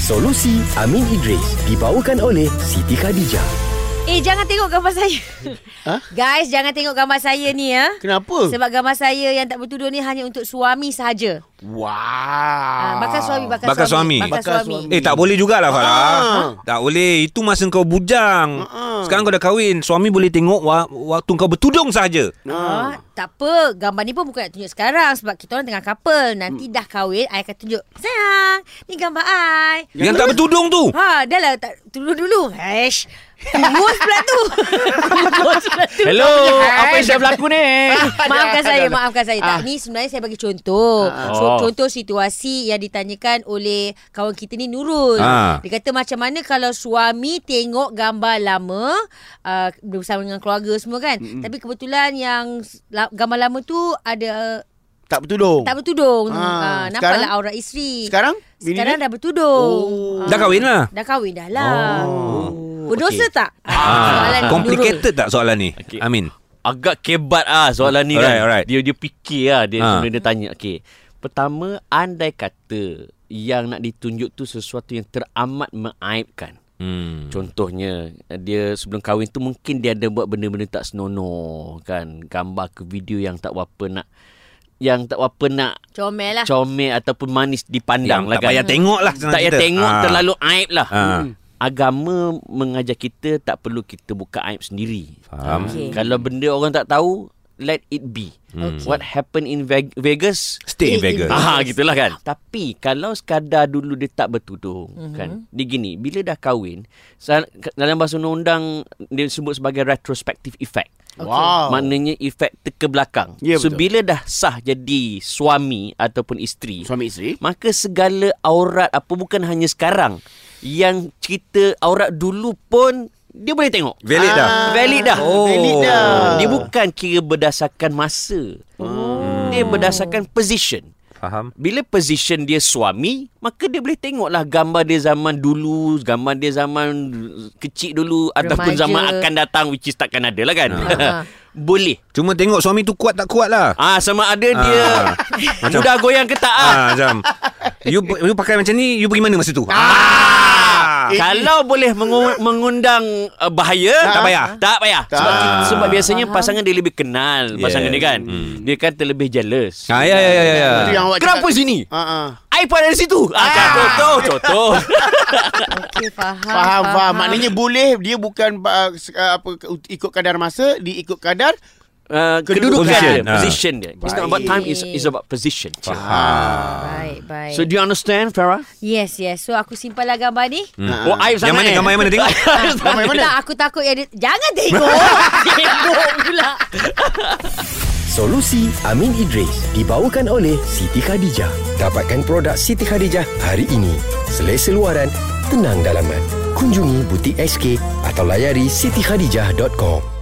Solusi Amin Idris dibawakan oleh Siti Khadijah. Eh jangan tengok gambar saya Ha? Guys jangan tengok gambar saya ni ya Kenapa? Sebab gambar saya yang tak bertudur ni Hanya untuk suami sahaja ah. Wah. Bakal suami Bakal, Bakal suami, suami. Bakal, Bakal suami, suami. Eh tak boleh jugalah Farah Ah. Tak boleh Itu masa kau bujang Ah. Sekarang kau dah kahwin Suami boleh tengok wa- Waktu kau bertudung sahaja Ah, tak apa Gambar ni pun bukan nak tunjuk sekarang Sebab kita orang tengah couple Nanti dah kahwin I akan tunjuk Sayang Ni gambar I Yang tak bertudung tu Ha dah lah tak, Dulu dulu Eish Kungus pula tu Kungus pula tu Hello, apa yang dah berlaku ni? Ah. Maafkan saya, maafkan saya. Tak, Ah. ni sebenarnya saya bagi contoh. So, Oh. contoh situasi yang ditanyakan oleh kawan kita ni Nurul. Ah. Dia kata macam mana kalau suami tengok gambar lama uh, bersama dengan keluarga semua kan. Mm-hmm. Tapi kebetulan yang s- la- gambar lama tu ada uh, Tak bertudung. tak bertudung. Ah, Ah, sekarang? nampaklah aura isteri. Sekarang? Bini Sekarang dia? dah bertudung. Ah. Oh. Dah kahwin lah Dah kahwin dah lah. Oh. Berdosa okay. tak? Soalan ah. Nurul. Complicated tak soalan ni okay. Okay. Amin Agak kebat ah soalan ni Alright, kan. alright. Dia dia fikir lah dia Ah. ha. dia tanya. Okey. Pertama, andai kata yang nak ditunjuk tu sesuatu yang teramat mengaibkan. hmm. Contohnya dia sebelum kahwin tu mungkin dia ada buat benda-benda tak senonoh kan, gambar ke video yang tak apa nak yang tak apa nak Comel lah. comel ataupun manis Yang dipandang lah tak kan. payah tengok lah senang tak payah cerita. tengok Ah. terlalu aib lah. Ah. Hmm. Agama mengajar kita tak perlu kita buka aib sendiri. Ah. Faham. Okey. Kalau benda orang tak tahu, let it be. Hmm. Okey. What happen in Veg- Vegas? Stay in Stay in Vegas Vegas. Ah, gitulah kan. Tapi kalau sekadar dulu dia tak bertudung mm-hmm. kan. Dia gini, bila dah kahwin, sa- dalam bahasa undang-undang dia sebut sebagai retrospective effect. Wow. Maknanya efek ter- ke belakang. Ya, so betul. bila dah sah jadi suami ataupun isteri, Suami isteri? maka segala aurat apa bukan hanya sekarang yang cerita aurat dulu pun dia boleh tengok. Valid Ah. dah Ah. Valid dah. Oh. Valid Ah, dah. Dia bukan kira berdasarkan masa. Oh. Dia berdasarkan position. Faham Bila position dia suami, maka dia boleh tengoklah gambar dia zaman dulu, gambar dia zaman kecil dulu ataupun Remaja. zaman akan datang which is takkan ada lah kan. Ah. boleh. Cuma tengok suami tu kuat tak kuat lah Ah sama ada dia Ah. mudah goyang ke tak ah. Ah, macam you, you pakai macam ni You pergi mana masa tu Ah, Eh, Kalau boleh mengu- mengundang uh, bahaya Tak payah. Tak payah Tak. Sebab, sebab biasanya Faham. pasangan dia lebih kenal Yes. Hmm. Pasangan dia kan Dia kan terlebih jealous Ah, ya, ya, ya, ya, ya. Itu yang awak Kenapa cakap- sini? Ah, ah. I pun ada di situ ah. Ah. Contoh Contoh Okey, faham. Faham, ah. faham. Maknanya boleh dia bukan uh, se- uh, apa ikut kadar masa, diikut kadar uh, Kedudukan. Kedudukan dia Ah. Position dia It's not about time It's, Baik. it's about position Baik, baik. So do you understand Farah? Yes, yes. So aku simpanlah gambar ni. Hmm. Ah, Oh I Yang mana gambar yang mana tengok Gambar yang mana? Tak, aku takut yang dia... Jangan tengok. tengok pula. Solusi Amin Idris dibawakan oleh Siti Khadijah. Dapatkan produk Siti Khadijah hari ini. Selesa luaran, tenang dalaman. Kunjungi butik SK atau layari sitikhadijah.com.